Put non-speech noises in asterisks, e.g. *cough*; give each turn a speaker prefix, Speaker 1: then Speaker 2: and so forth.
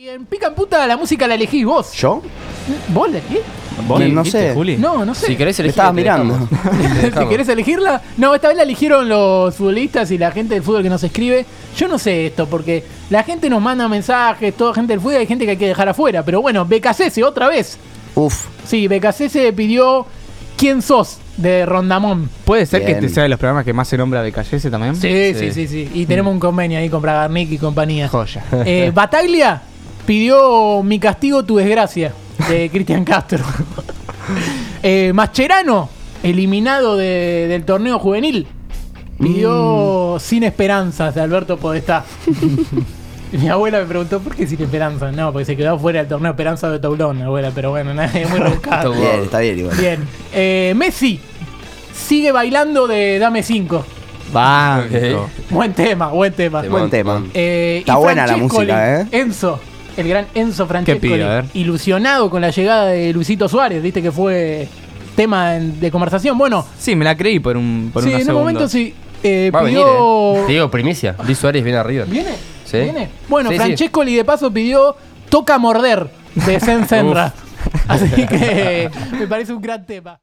Speaker 1: Y en Pica en Puta la música la elegís vos.
Speaker 2: ¿Yo?
Speaker 1: ¿Vos la *laughs* elegís?
Speaker 2: ¿Vos? No sé.
Speaker 1: No, no sé.
Speaker 3: Si querés
Speaker 2: Me
Speaker 3: elegir.
Speaker 2: estabas
Speaker 3: te
Speaker 2: mirando.
Speaker 3: dejamos.
Speaker 1: si querés elegirla. No, esta vez la eligieron los futbolistas y la gente del fútbol que nos escribe. Yo no sé esto, porque la gente nos manda mensajes, toda gente del fútbol, hay gente que hay que dejar afuera. Pero bueno, Becasese, otra vez.
Speaker 2: *laughs* Uf.
Speaker 1: Sí, Becasese pidió ¿Quién sos? de Rondamón.
Speaker 4: ¿Puede ser que
Speaker 2: Bien.
Speaker 4: este sea de los programas que más se nombra de Callese también?
Speaker 1: Sí, sí, sí, sí. Y tenemos un convenio ahí con Bragarnik y compañía. *laughs*
Speaker 4: Joya.
Speaker 1: Eh, Bataglia pidió Mi castigo, tu desgracia, de Cristian Castro. eh, Mascherano, eliminado de- del torneo juvenil, pidió Sin Esperanzas, de Alberto Podestá. *laughs* Mi abuela me preguntó por qué sin esperanza. No, porque se quedó fuera del torneo Esperanza de Toulon, abuela, pero bueno, nada, es muy rebuscado.
Speaker 2: Bien, está bien igual.
Speaker 1: Bien. Eh, Messi sigue bailando de Dame 5.
Speaker 4: Banco.
Speaker 3: Ok.
Speaker 1: Buen tema, buen tema.
Speaker 3: Temón,
Speaker 2: Buen tema.
Speaker 3: temón.
Speaker 1: Eh, y
Speaker 2: Está buena la
Speaker 1: Francescoli,
Speaker 2: música, ¿eh?
Speaker 1: Enzo, el gran Enzo Francescoli,
Speaker 4: ¿Qué pide? A ver.
Speaker 1: ilusionado con la llegada de Luisito Suárez, viste que fue tema en- de conversación. Bueno,
Speaker 4: Sí, me la creí por un por
Speaker 1: sí, en
Speaker 4: unos
Speaker 1: un
Speaker 4: segundos.
Speaker 1: momento sí eh,
Speaker 3: Va a venir.
Speaker 1: pidió.
Speaker 3: eh. Te digo, primicia. Luis Suárez viene arriba.
Speaker 1: ¿Viene?
Speaker 3: Sí.
Speaker 1: ¿Viene? Bueno,
Speaker 3: Sí, sí.
Speaker 1: Francescoli de paso pidió
Speaker 4: *laughs*
Speaker 1: Toca Morder de Zen Senra. Así que me parece un gran tema.